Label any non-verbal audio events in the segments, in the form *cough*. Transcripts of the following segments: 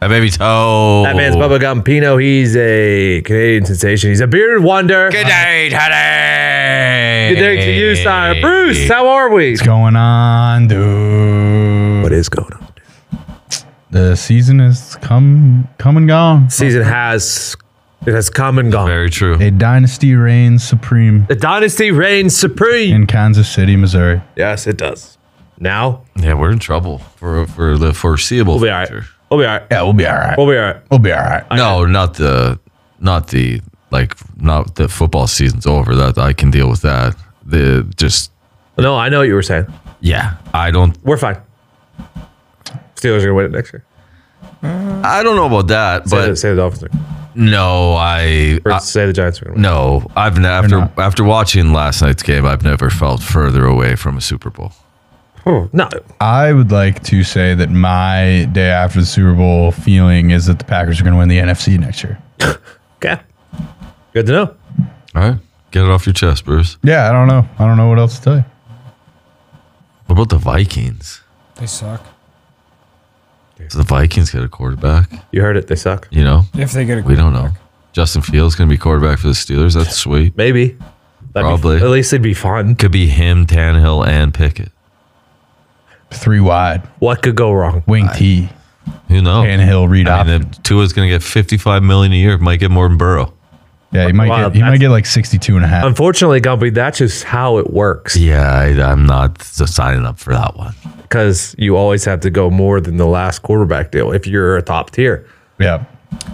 That baby's oh. That man's Bubba Gumpino. He's a Canadian sensation. He's a bearded wonder. Good night, honey. Good day to you, sire. Bruce, how are we? What's going on, dude? What is going on? The season is come come and gone. Season has it has come and gone. Very true. A dynasty reigns supreme The dynasty reigns supreme. in Kansas City, Missouri. Yes, it does. Now Yeah, we're in trouble for for the foreseeable we'll be all right. future. We'll be all right. Yeah, we'll be all right. We'll be all right. We'll be all right. No, not the not the like not the football season's over. That I can deal with that. The just No, I know what you were saying. yeah. I don't We're fine. Steelers are gonna win it next year. I don't know about that, Say, the, but Uh, say the Dolphins, are- no, I or say the Giants are gonna win. No, I've ne- after after watching last night's game, I've never felt further away from a Super Bowl. Oh, no, I would like to say that my day after the Super Bowl feeling is that the Packers are going to win the NFC next year. okay. Good to know. All right, get it off your chest, Bruce. Yeah, I don't know. I don't know what else to tell you. What about the Vikings? They suck. So the Vikings got a quarterback. You heard it. They suck. You know, If they get a we don't know. Justin Fields gonna be quarterback for the Steelers. That's sweet. Maybe. That'd Probably. Be, at least it'd be fun. Could be him, Tannehill, and Pickett. Three wide, What could go wrong? wing T, Who knows? Tannehill, Reed I mean, Option. then Tua's gonna get fifty-five million a year. Might get more than Burrow. Yeah, he might Wow, get he that's- might get like 62 and a half. Unfortunately, Gumpy, that's just how it works. Yeah, I, I'm not signing up for that one. Because you always have to go more than the last quarterback deal if you're a top tier. yeah.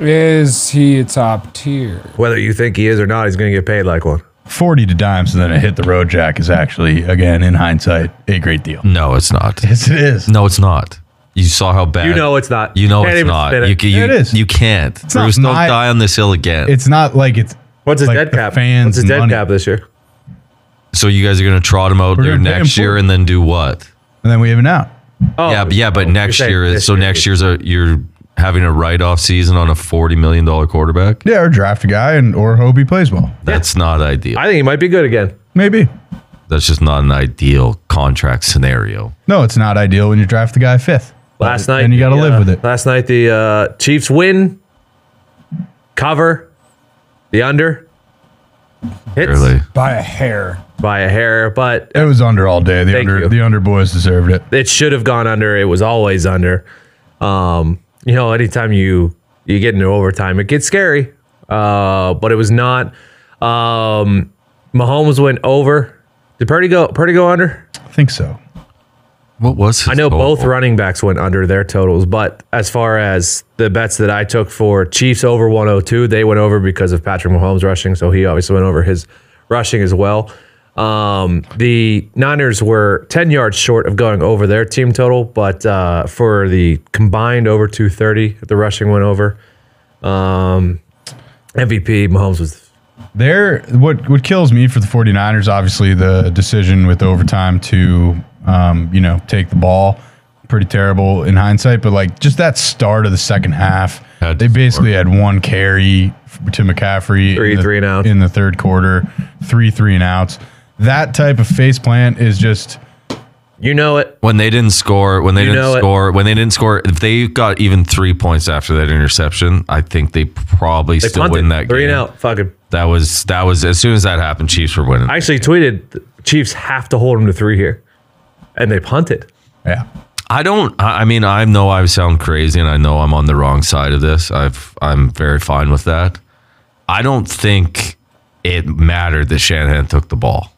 Is he a top tier? Whether you think he is or not, he's going to get paid like one. 40 to dimes and then a hit the road jack is actually again in hindsight a great deal. No, it's not. Yes it is. No, it's not. You saw how bad. You know it's not. You know Can't it's even not. spin it. You, ca- you, It is. You can't. not Bruce, don't my- die on this hill again. It's not like it's What's his like dead the cap? fans What's his dead money. cap this year? so you guys are gonna trot him out We're there gonna pay him next year full. and then do what? and then we have an out. Oh, yeah, but yeah, but you're next saying year. this So next year's a you're having a write-off season on a forty million dollar quarterback. Yeah, or draft a guy and or hope he plays well. That's not ideal. I think he might be good again. Maybe. That's just not an ideal contract scenario. No, it's not ideal when you draft the guy fifth. Last But night, then you got to the, live uh, with it. Last night, the uh, Chiefs win, cover, the under, hits Really, By a hair. by a hair, but It was under all day. The Thank under you. the under boys deserved it. it should have gone under. It was always under. Um, you know, anytime you you get into overtime, it gets scary. Uh, but it was not. Um, Mahomes went over. Did Purdy go? Purdy go under? I think so. what was? His I know total? both running backs went under their totals, but as far as the bets that I took for Chiefs over 102, they went over because of Patrick Mahomes rushing, so he obviously went over his rushing as well. Um, the Niners were 10 yards short of going over their team total, but uh, for the combined over 230, the rushing went over. Um, MVP Mahomes was There what what kills me for the 49ers obviously the decision with overtime to um, you know, take the ball. Pretty terrible in hindsight, but like just that start of the second half, Had they to basically had one carry f- to McCaffrey Three, in the, three and outs. in the third quarter, three three and outs. That type of face plant is just you know it. when they didn't score. When they You know didn't it. score. When they didn't score. If they got even three points after that interception, I think they probably They still punted win that three game. and out. Fucking That was that was as soon as that happened, Chiefs were winning. I actually tweeted the Chiefs have to hold them to three here, and they punted. yeah. I don't. I I mean, I know I sound crazy, and I know I'm on the wrong side of this. I've I'm very fine with that. I don't think it mattered that Shanahan took the ball.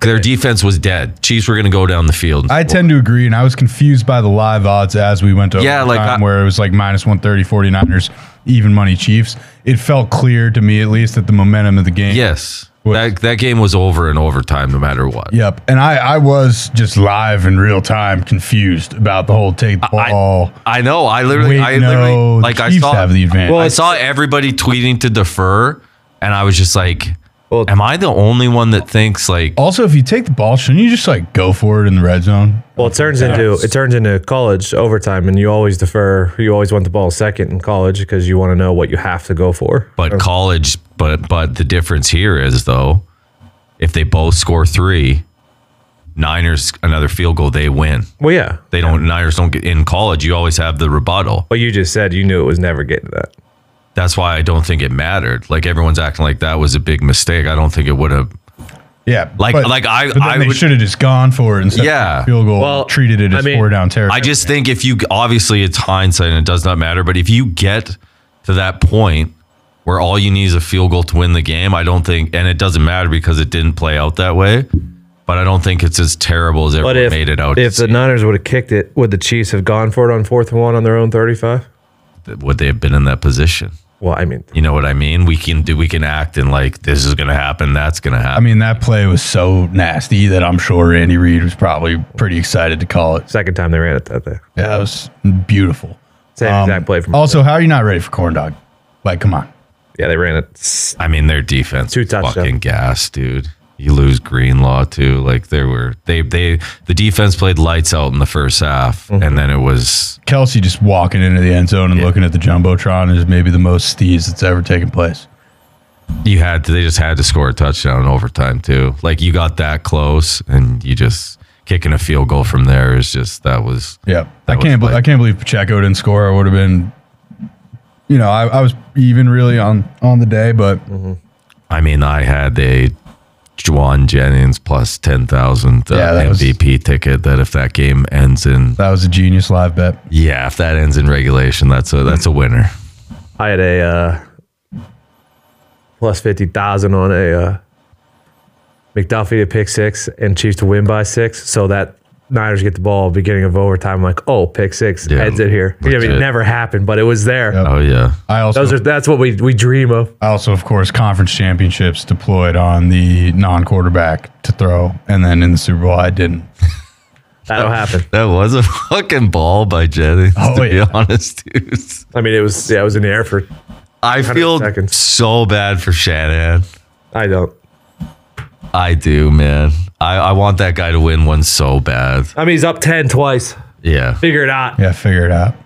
Their defense was dead. Chiefs were going to go down the field. I tend to agree, and I was confused by the live odds as we went to Yeah, like, overtime, I- where it was like minus 130 49ers, even money Chiefs. It felt clear to me, at least, that the momentum of the game. yes, What? that that game was over in overtime, no matter what. Yep. And I, I was just live in real time confused about the whole take the I- ball. I know. I literally, Wait, I literally, no, like the I Chiefs saw have the advantage. I saw everybody tweeting to defer, and I was just like, Well- "Am I the only one that thinks like?" also, if you take the ball, shouldn't you just like go for it in the red zone? Well, it turns into it turns into college overtime, and you always defer. You always want the ball second in college because you want to know what you have to go for. But college, but but the difference here is though, if they both score three, Niners another field goal, they win. Well, yeah. They don't. Niners don't get in college. You always have the rebuttal. But you just said you knew it was never getting to that. That's why I don't think it mattered. Like everyone's acting like that was a big mistake. I don't think it would have. Yeah, Like- like I- but then I they would- should have just gone for it instead Yeah. of field goal. Well, treated it I as mean, four down territory. I just think if you obviously it's hindsight and it does not matter, but if you get to that point where all you need is a field goal to win the game, I don't think, and it doesn't matter because it didn't play out that way. But I don't think it's as terrible as everyone But if made it out. to if the seem. Niners would have kicked it, would the Chiefs have gone for it on fourth and one on their own thirty-five? would they have been in that position? Well, I mean, You know what I mean? We can do. We can act and like this is gonna happen. That's gonna happen. I mean, that play was so nasty that I'm sure Randy Reed was probably pretty excited to call it. second time they ran it that day. Yeah, that was beautiful. Same Um, exact play from. also, how are you not ready for corn dog? Like, come on. yeah, they ran it. I mean, their defense Two was touchdowns. fucking gas, dude. You lose Greenlaw too. Like there were they they the defense played lights out in the first half, Mm-hmm. and then it was Kelsey just walking into the end zone and looking at the jumbotron is maybe the most steez that's ever taken place. you had to, they just had to score a touchdown in overtime too. Like you got that close, and you just kicking a field goal from there is just that was Yeah, I That was can't. bel like- I can't believe Pacheco didn't score. I would have been, you know, I, I was even really on on the day, but I mean, I had a Juwan Jennings plus ten thousand uh, Yeah, that was- MVP ticket. That if that game ends in that was a genius live bet. yeah, if that ends in regulation, that's a that's a winner. I had a uh, plus fifty thousand on a uh, McDuffie to pick six and Chiefs to win by six, so that Niners get the ball beginning of overtime. I'm like, oh, pick six, Yeah, heads it here. You know, I mean, it legit. never happened, but it was there. Yep. Oh yeah, I also Those are that's what we we dream of. I also, of course, conference championships deployed on the non-quarterback to throw, and then in the Super Bowl, I didn't. That'll happen. That was a *laughs* fucking ball by Jennings, Oh, to yeah. be honest, dude. I mean, it was yeah, it was in the air for. I feel seconds. so bad for Shanahan. I don't. I do, man. I, I want that guy to win one so bad. I mean, he's up ten twice. Yeah. Figure it out. Yeah, figure it out.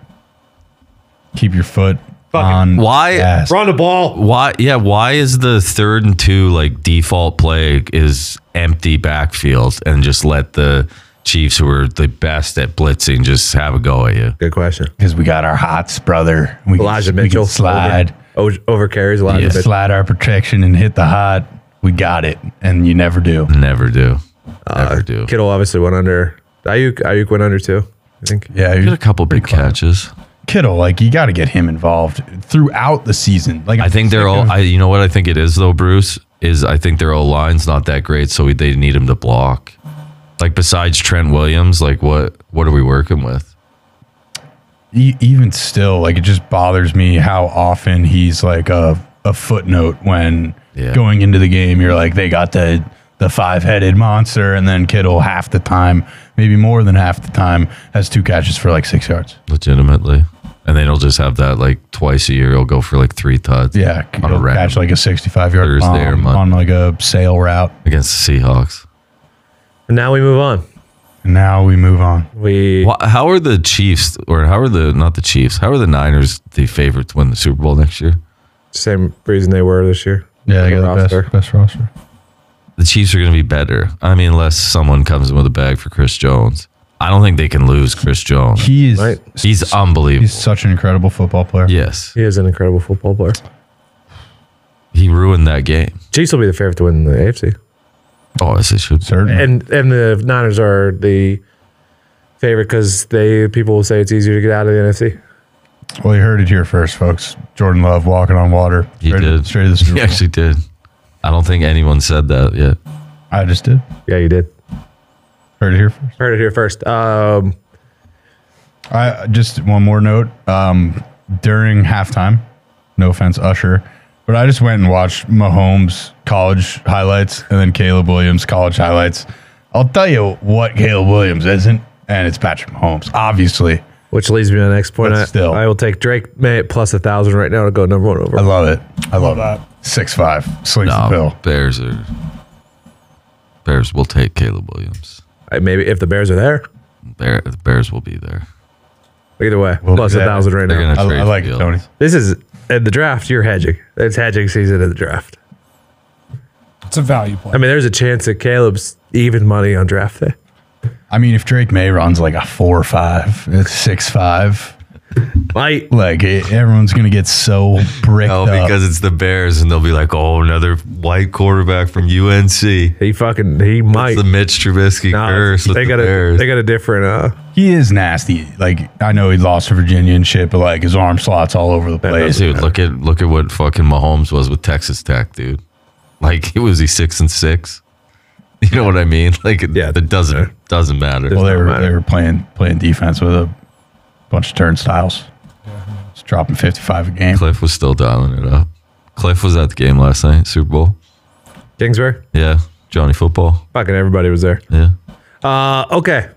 Keep your foot Fucking- on. Why- gas. Run the ball. Why? Yeah. Why is the third and two like default play is empty backfield and just let the Chiefs, who are the best at blitzing, just have a go at you? Good question. Because we got our hots, brother. We can- Elijah we can, Mitchell slide, over, over carries Elijah Yeah. Mitchell. slide our protection and hit the hot. We got it, and you never do. Never do. Never do. Kittle obviously went under. Ayuk Ayuk went under too. I think. Yeah, Get you're- a couple big catches. Kittle, like you got to get him involved throughout the season. Like I think they're all. of- I, you know what I think it is though, Bruce is I think their O line's not that great, so they need him to block. Like besides Trent Williams, like what what are we working with? e- even still, like it just bothers me how often he's like a a footnote when Yeah. going into the game. You're like they got the the five headed monster, and then Kittle half the time, maybe more than half the time, has two catches for like six yards. Legitimately, and then he'll just have that like twice a year. He'll go for like three tuds. Yeah, on a he'll random catch like a 65 yard Thursday or bomb Monday. on like a sail route. against the Seahawks. And now we move on. And now we move on. We Wha- How are the Chiefs or how are the not the Chiefs? How are the Niners the favorite to win the Super Bowl next year? same reason they were this year. Yeah, they The got the roster. best, best roster. The Chiefs are going to be better. I mean, unless someone comes in with a bag for Chris Jones, I don't think they can lose Chris Jones. He is Right. He's unbelievable. he's such an incredible football player. yes, He is an incredible football player. he ruined that game. Chiefs will be the favorite to win the AFC, Oh, yes, it should. Certainly. and and the Niners are the favorite because they people will say it's easier to get out of the NFC. Well, you heard it here first, folks. Jordan Love walking on water. He straight, did. straight *laughs* to the Super He Bowl. actually did. I don't think anyone said that yet. I just did. Yeah, you did. Heard it here first. Heard it here first. Um, I just one more note. Um, during halftime, no offense, Usher, but I just went and watched Mahomes college highlights and then Caleb Williams college highlights. I'll tell you what Caleb Williams isn't, and it's Patrick Mahomes, obviously. which leads me to the next point. But I, still. I will take Drake May at plus a thousand right now to go number one I over. love it. I love that. Six five slings No, the pill. Bears are. Bears will take Caleb Williams. I, maybe if the Bears are there, Bear, the Bears will be there. either way, We'll plus a do that. thousand right They're now. gonna I, I trade like it, Fields. Tony. This is at the draft. You're hedging. It's hedging season at the draft. It's a value play. I mean, there's a chance that Caleb's even money on draft day. I mean, if Drake May runs like a four or five, it's six five. Might Like it, everyone's gonna get so *laughs* bricked No, up. Oh, because it's the Bears, and they'll be like, "Oh, another white quarterback from UNC." he fucking he might? It's the Mitch Trubisky Nah, curse with they the got a Bears. they got a different uh he is nasty. Like I know he lost to Virginia and shit, but like his arm slots all over the place. Dude, look at look at what fucking Mahomes was with Texas Tech, dude. Like, *laughs* he was he six and six? You know what I mean? Like, it, Yeah. it doesn't doesn't matter. Well, they Doesn't were matter. they were playing playing defense with a bunch of turnstiles. It's dropping fifty five a game. Cliff was still dialing it up. Cliff was at the game last night, Super Bowl. Kingsbury. Yeah, Johnny Football. Fucking everybody was there. Yeah. Uh, okay.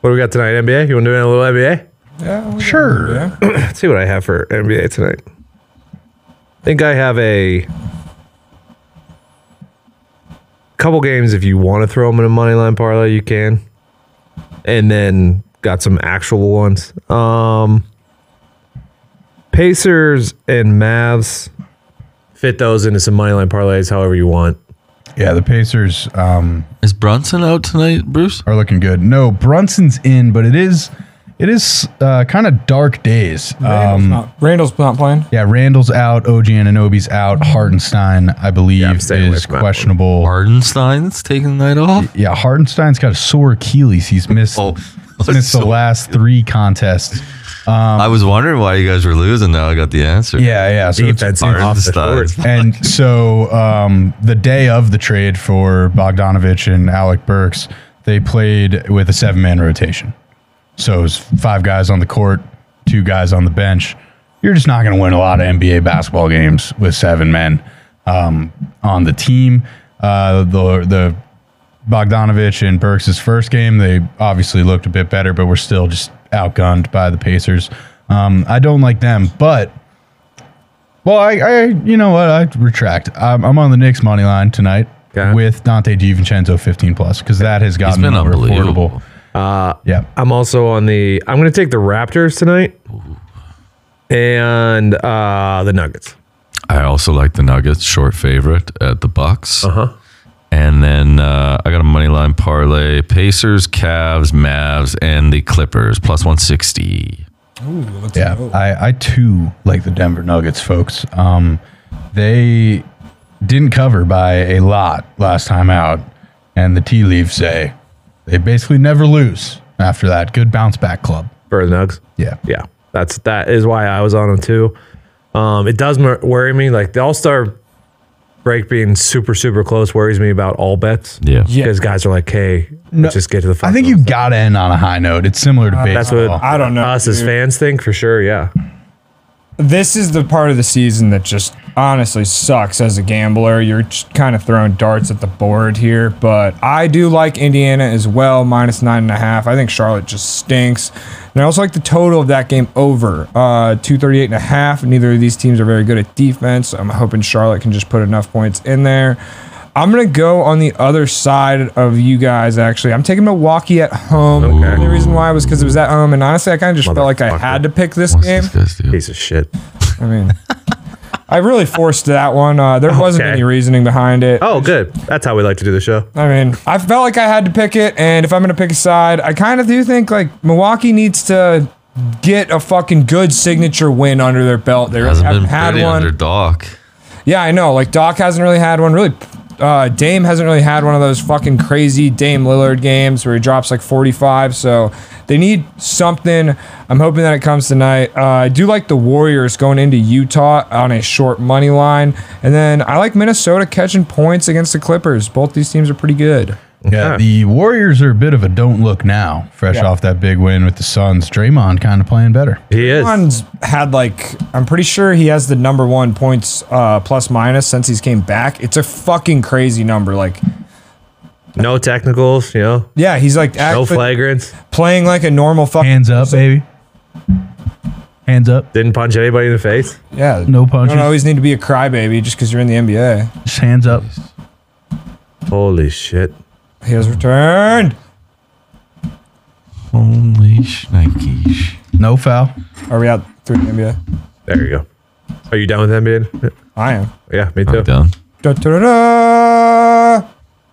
What do we got tonight? NBA. You want to do a little NBA? yeah, we got- Sure. yeah. Let's see what I have for NBA tonight. I think I have a couple games. If you want to throw them in a money line parlay, you can. And then got some actual ones. Um, Pacers and Mavs. Fit those into some money line parlays, however you want. Yeah, the Pacers um, Is Brunson out tonight, Bruce? are looking good. No, Brunson's in, but it is it is uh, kind of dark days. Randall's, Um, not, Randall's not playing. yeah, Randall's out, OG Ananobi's out, Hartenstein, I believe, I'm staying away is from that one. questionable. Hardenstein's taking the night off. yeah, Hartenstein's got a sore Achilles. He's *laughs* missed Oh, missed *laughs* the so- last three contests. I was wondering why you guys were losing. Now I got the answer. Yeah, yeah. So it's- Defense off the court. Hardenstein. and so um, the day of the trade for Bogdanovich and Alec Burks, they played with a seven man rotation. So it was five guys on the court, two guys on the bench. You're just not going to win a lot of NBA basketball games with seven men um, on the team. Uh, the the Bogdanovich and Burks' first game, they obviously looked a bit better, but we're still just outgunned by the Pacers. Um, I don't like them, but well, I, I you know what? I retract. I'm, I'm on the Knicks money line tonight Okay. with Dante DiVincenzo 15 plus because that has gotten been more unbelievable. affordable. yeah. I'm also on the. I'm going to take the Raptors tonight, and uh, the Nuggets. I also like the Nuggets, short favorite at the Bucks. Uh Uh-huh. huh. And then uh, I got a money line parlay: Pacers, Cavs, Mavs, and the Clippers plus one sixty. Ooh, let's Yeah, go. I, I too like the Denver Nuggets, folks. Um, they didn't cover by a lot last time out, and the tea leaves say they basically never lose after that. Good bounce back club. for the Nugs. Yeah, Yeah, that's that is why I was on them too. Um, it does mer- worry me. Like the All Star break being super super close worries me about all bets. Yeah. Yeah. because guys are like, hey, let's just get to the. I Finals. think you got to end on a high note. It's similar to that's baseball. what- I don't know. us as dude. fans think for sure. Yeah, this is the part of the season that just honestly sucks as a gambler. You're just kind of throwing darts at the board here, but I do like Indiana as well, minus nine and a half. I think Charlotte just stinks. And I also like the total of that game over, uh, 238 and a half. Neither of these teams are very good at defense. I'm hoping Charlotte can just put enough points in there. I'm gonna go on the other side of you guys. Actually, I'm taking Milwaukee at home. The only reason why was because it was at home, and honestly, I kind of just felt like I Motherfucker. had to pick this What's game. this guy's deal? piece of shit. I mean, I really forced that one. Uh, there wasn't Okay. any reasoning behind it. Oh, good. That's how we like to do the show. I mean, I felt like I had to pick it, and if I'm going to pick a side, I kind of do think like Milwaukee needs to get a fucking good signature win under their belt. They really Hasn't haven't been had pretty one. under Doc. Yeah, I know. Like Doc hasn't really had one. Really, uh, Dame hasn't really had one of those fucking crazy Dame Lillard games where he drops like 45. So they need something. I'm hoping that it comes tonight. Uh, I do like the Warriors going into Utah on a short money line, and then I like Minnesota catching points against the Clippers. Both these teams are pretty good. Yeah, Okay. the Warriors are a bit of a don't look now, fresh Yeah. off that big win with the Suns. Draymond kind of playing better. He is. Draymond's had like I'm pretty sure he has the number one points uh, plus minus since he's came back. It's a fucking crazy number. Like No technicals. You know, yeah, he's like no actually flagrants. playing like a normal fucking Hands up, baby. Hands up. Didn't punch anybody in the face. Yeah. No You punches. don't always need to be a crybaby just because you're in the NBA. Just hands up. Holy shit. He has returned. Holy shnikes. No foul. Are we out through the NBA? There you go. Are you done with NBA? I am. Yeah, me I'm too. done. Da, da, da, da.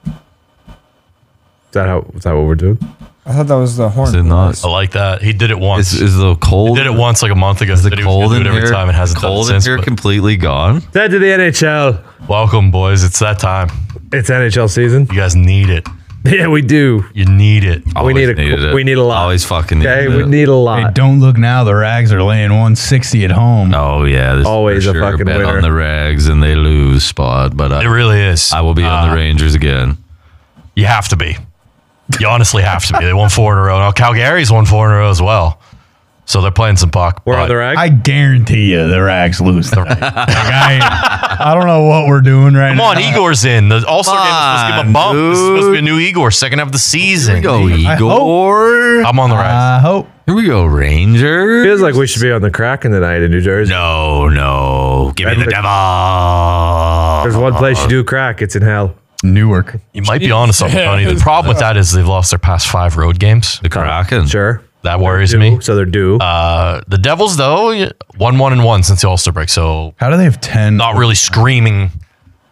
Is that how? Is that what we're doing? I thought that was the horn. Is it not? Oh, I like that. He did it once. Is, is the cold? did it once like a month ago. Is the said he was gonna cold do in it every here? time. It hasn't done it cold in since, here but- completely gone. Dead to the NHL. Welcome, boys. It's that time. It's NHL season. You guys need it. *laughs* Yeah, we do. You need it. We need a- needed it. we need a lot. Always fucking needed Okay, we it. need a Hey, lot. don't look now. The Rags are laying 160 at home. Oh yeah, this is Always for a fucking bet winner. on the rags and they lose spot, but It I, really is. I will be on the Rangers again. You have to be. You honestly have to be. They won four in a row. Now Calgary's won four in a row as well. So they're playing some puck. we're but on the rag. I guarantee you the Rags lose. The Rags. Like, I, I don't know what we're doing right Come now. on, Igor's in. The All Star game is supposed to give him a Come bump. on, This is supposed to be a dude. new Igor, second half of the season. Here we go, hope- Igor. I'm on the rise. I hope. Here we go, Rangers. Feels like we should be on the Kraken tonight in New Jersey. no, no, give me the That's devil. There's one place you do crack, it's in hell. Newark. You might be onto something, Tony. The problem with that is they've lost their past five road games. The Kraken. Sure. That worries me. So they're due. Uh, the Devils, though, one one and one since the All Star break, so How do they have 10? not really screaming.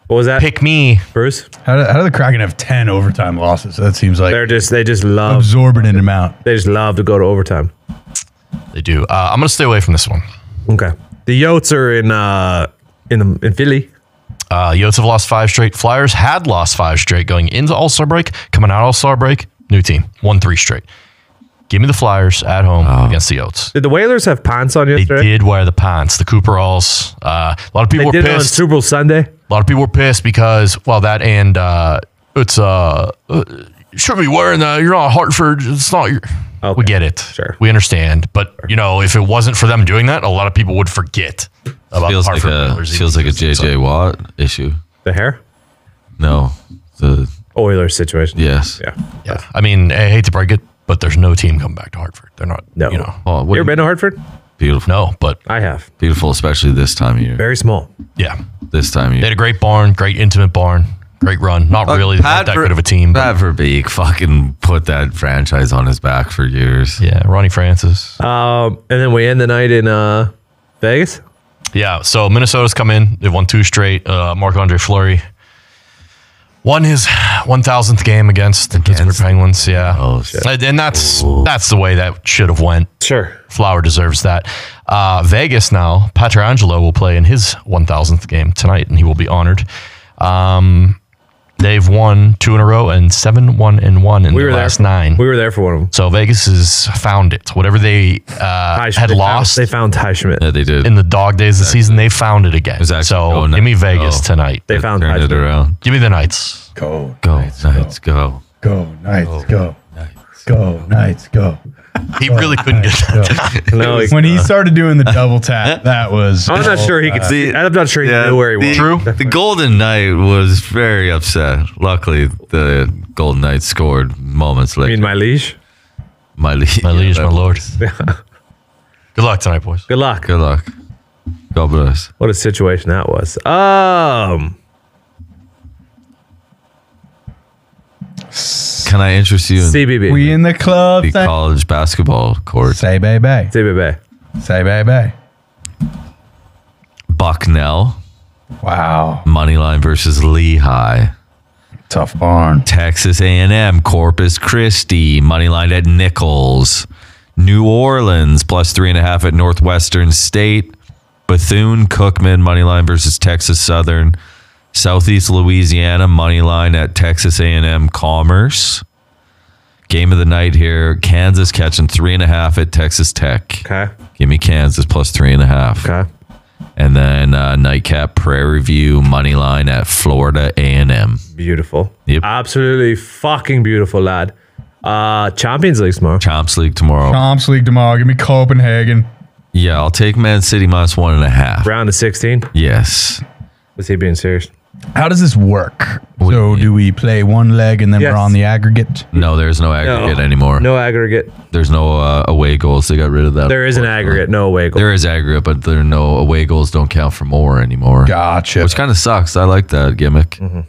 what was that, Pick me. Bruce? How do, how do the Kraken have 10 overtime losses? That seems like They're just they just love absorbing an amount. they just love to go to overtime. They do. Uh, I'm gonna stay away from this one. Okay. The Yotes are in uh in the in Philly. Uh, Yotes have lost five straight. Flyers had lost five straight going into All Star break. Coming out All Star break, new team won three straight. Give me the Flyers at home Oh. against the Yotes. Did the Whalers have pants on They yesterday? did wear the pants, the Cooperalls. Uh, a lot of They people were did it on pissed. Super Bowl Sunday. A lot of people were pissed because well that and uh, it's uh, uh you shouldn't be wearing that. You're not Hartford. It's not your. Okay, We get it. sure. We understand. But you know, if it wasn't for them doing that, a lot of people would forget about Feels the like Hartford a Whalers. feels like a JJ Watt issue. The hair? No, the Oilers situation. yes. Yeah. Yeah. I mean, I hate to break it, but there's no team coming back to Hartford. They're not. No. You know. Oh, You what ever been to Hartford? beautiful, No, but I have. beautiful, especially this time of year. Very small. yeah, This time of they year. had a great barn, great intimate barn, great run. Not really not that Ver- good of a team. But, Pat Verbeek fucking put that franchise on his back for years. yeah, Ronnie Francis. Oh. Um, and then we end the night in uh Vegas. Yeah, so Minnesota's come in. They've won two straight. Uh, Marc Andre Fleury won his 1,000th game against the Pittsburgh Penguins. Yeah. Oh, shit. And, and that's that's the way that should have went. Sure. Flower deserves that. Uh, Vegas now, Patrangelo will play in his 1,000th game tonight, and he will be honored. Um, they've won two in a row and seven, one, and one in We the were there. last nine. We were there for one of them. so Vegas has found it. Whatever they Ty uh, had they found- lost, they found Ty Schmidt. Yeah, they did. in the dog days of the season, they found it again. Exactly. So Go give me Knights, Vegas go. tonight. Oh, They found Ty Turn it Schmidt. around. Give me the Knights. Go. Go, Knights, go. Go. Knights. Go. Go. Knights. Go. He really couldn't get that. No, he- When he started doing the double tap, that was. I'm not oh, sure he could uh, see. I'm not sure he knew where he was. the, True. The Golden Knight was very upset. Luckily, the Golden Knight scored moments I later. mean, my liege. my liege, My liege, yeah, my that- lord. Good luck tonight, boys. Good luck. Good luck. God bless. What a situation that was. Um, Can I interest you in CBB. We in the club. the Say, college basketball court? say bay bay. CBB. Say bay bay. Bucknell Wow. moneyline versus Lehigh. Tough barn. Texas A&M, Corpus Christi, money line at Nichols, New Orleans plus three and a half at Northwestern State, Bethune Cookman money line versus Texas Southern, Southeast Louisiana money line at Texas A&M Commerce. Game of the night here: Kansas catching three and a half at Texas Tech. Okay. Give me Kansas plus three and a half, Okay. and then uh, nightcap Prairie View money line at Florida A&M. Beautiful. Yep. Absolutely fucking beautiful, lad. Uh, Champions League tomorrow. Champs League tomorrow. Comps League tomorrow. Give me Copenhagen. Yeah, I'll take Man City minus one and a half. Round of 16. Yes. Was he being serious? How does this work? What do you so mean? do we play one leg and then Yes. we're on the aggregate? No, there's no aggregate No. anymore. No aggregate. There's no uh, away goals. They got rid of that. There is an aggregate. No away goal. There is aggregate, but there are no away goals don't count for more anymore. Gotcha. Which kind of sucks. I like that gimmick. Mm-hmm.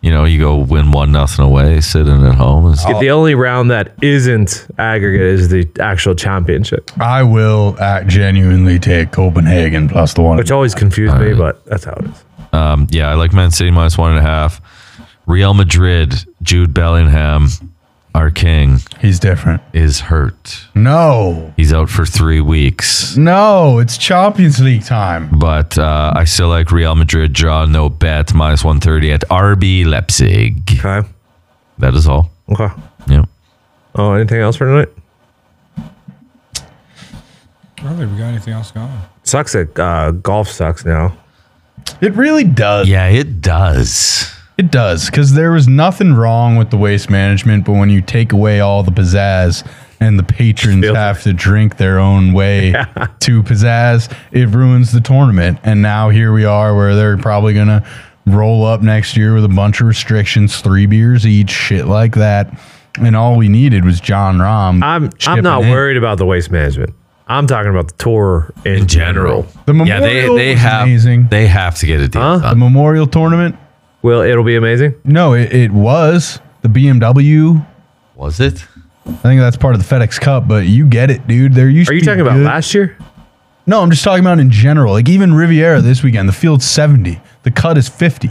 You know, you go win one nothing away, sitting at home. And stuff. The only round that isn't aggregate is the actual championship, I will act genuinely take Copenhagen plus the one. which always confused me, but that's how it is. Um, yeah, I like Man City minus one and a half. Real Madrid, Jude Bellingham, our king, He's different. is hurt. No, He's out for three weeks. no, it's Champions League time. But uh, I still like Real Madrid draw no bet minus 130 at RB Leipzig. Okay. That is all. Okay. Yeah. Oh, anything else for tonight? I don't think we got anything else going. Sucks that uh, golf sucks now. It really does. Yeah, it does. It does, because there was nothing wrong with the waste management, but when you take away all the pizzazz and the patrons Feels- have to drink their own way to pizzazz, it ruins the tournament. And now here we are, where they're probably gonna roll up next year with a bunch of restrictions, three beers each, shit like that. And all we needed was John I'm Rahm. I'm chipping not in. worried about the waste management. I'm talking about the tour in, general. The Yeah, they Memorial they was have amazing. they have to get a deal Huh? the done. Memorial tournament. Well, it'll be amazing. No, it, it was the BMW. Was it? I think that's part of the FedEx Cup, but you get it, dude. There used Are you to be talking about good- last year? No, I'm just talking about in general. Like even Riviera this weekend, the field's 70, the cut is 50.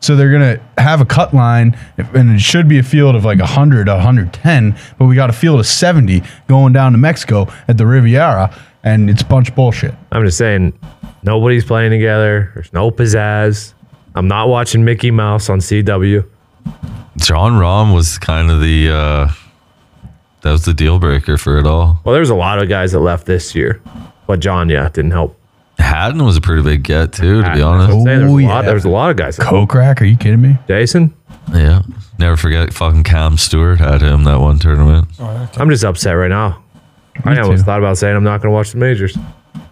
So they're going to have a cut line, and it should be a field of like 100, 110, but we got a field of 70 going down to Mexico at the Riviera, and it's a bunch of bullshit. I'm just saying, nobody's playing together. There's no pizzazz. I'm not watching Mickey Mouse on CW. John Rahm was kind of the uh, that was the deal breaker for it all. Well, there's a lot of guys that left this year, but John, yeah, didn't help. Hatton was a pretty big get too, to be I'm honest. saying there's Oh, a lot. yeah. There's a lot of guys. that- Coke rack? Are you kidding me? Jason, Yeah, never forget fucking Cam Stewart had him that one tournament. I'm just upset right now. I almost too. thought about saying I'm not going to watch the majors.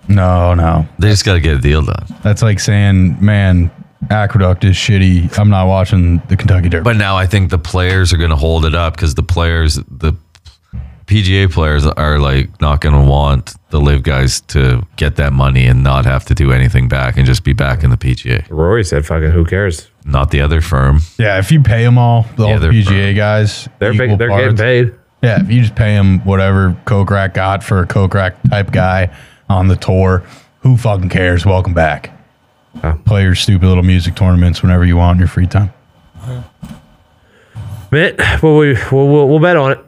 No, no. They just got to get a deal done. That's like saying, man, Aqueduct is shitty. I'm not watching the Kentucky Derby. But now I think the players are going to hold it up because the players, the PGA players, are like not going to want the live guys to get that money and not have to do anything back and just be back in the PGA. Rory said, "Fucking who cares? Not the other firm. yeah, if you pay them all, the Yeah, all the they're- PGA guys, They're big, equal they're parts. getting paid." Yeah, if you just pay him whatever Coke Rack got for a Coke Rack type guy on the tour, who fucking cares? Welcome back. Yeah. Play your stupid little music tournaments whenever you want in your free time. Mitt, well, we we'll, we'll, we'll bet on it.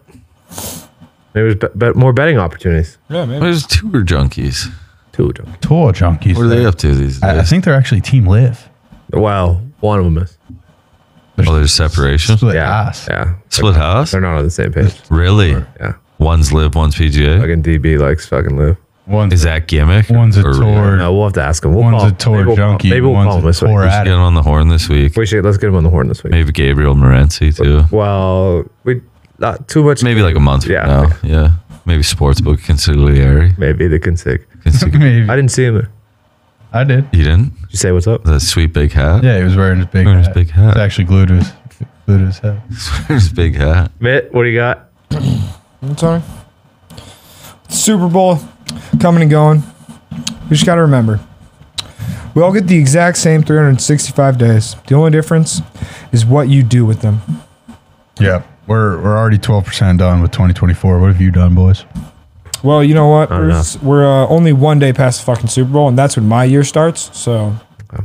Maybe there's be, bet more betting opportunities. Yeah, maybe. There's tour junkies. Two of them. Tour junkies. What are they up to these I, I days? think they're actually Team Live. Well, one of them is. They're Oh, there's separation. split Yeah, ass. yeah. Split house? They're not on the same page. Really? Yeah, One's live, one's PGA. fucking DB likes fucking live. One's, Is that gimmick? one's a Or- tour. No, we'll have to ask him. We'll one's call a him. tour Maybe we'll call- junkie. maybe we'll one's call him a this tour week. Get addict. on the horn this week. We should let's get him on the horn this week. Maybe Gabriel Morency too. Well, we not too much. Maybe like a month Yeah. yeah. now. Yeah. Maybe sportsbook consigliere. maybe they can sick. *laughs* Consig- *laughs* Maybe. I *laughs* I, didn't see him. There. did. you didn't? Did you say what's up? That sweet big hat. *laughs* Yeah, he was wearing his big Wearing his hat. big hat. It's actually glued to his, glued to his head. His big hat. Mitt, what do you got? I'm sorry. Super Bowl coming and going. We just got to remember. We all get the exact same 365 days. The only difference is what you do with them. Yeah. We're, we're already 12% done with 2024. What have you done, boys? Well, you know what? Not We're, enough. we're uh, only one day past the fucking Super Bowl, and that's when my year starts. So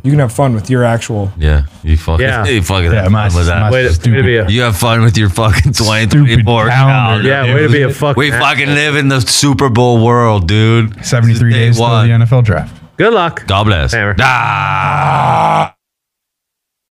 you can have fun with your actual. Yeah. You fucking Yeah. *laughs* you fucking Yeah, have my, fun with that. my Way to- way to stupid be a- you have fun with your fucking stupid 2024 calendar. calendar. Yeah, way to be a fucking. We fucking live in the Super Bowl world, dude. This is 73 day days till one. the NFL draft. Good luck. God bless. Hammer. Ah.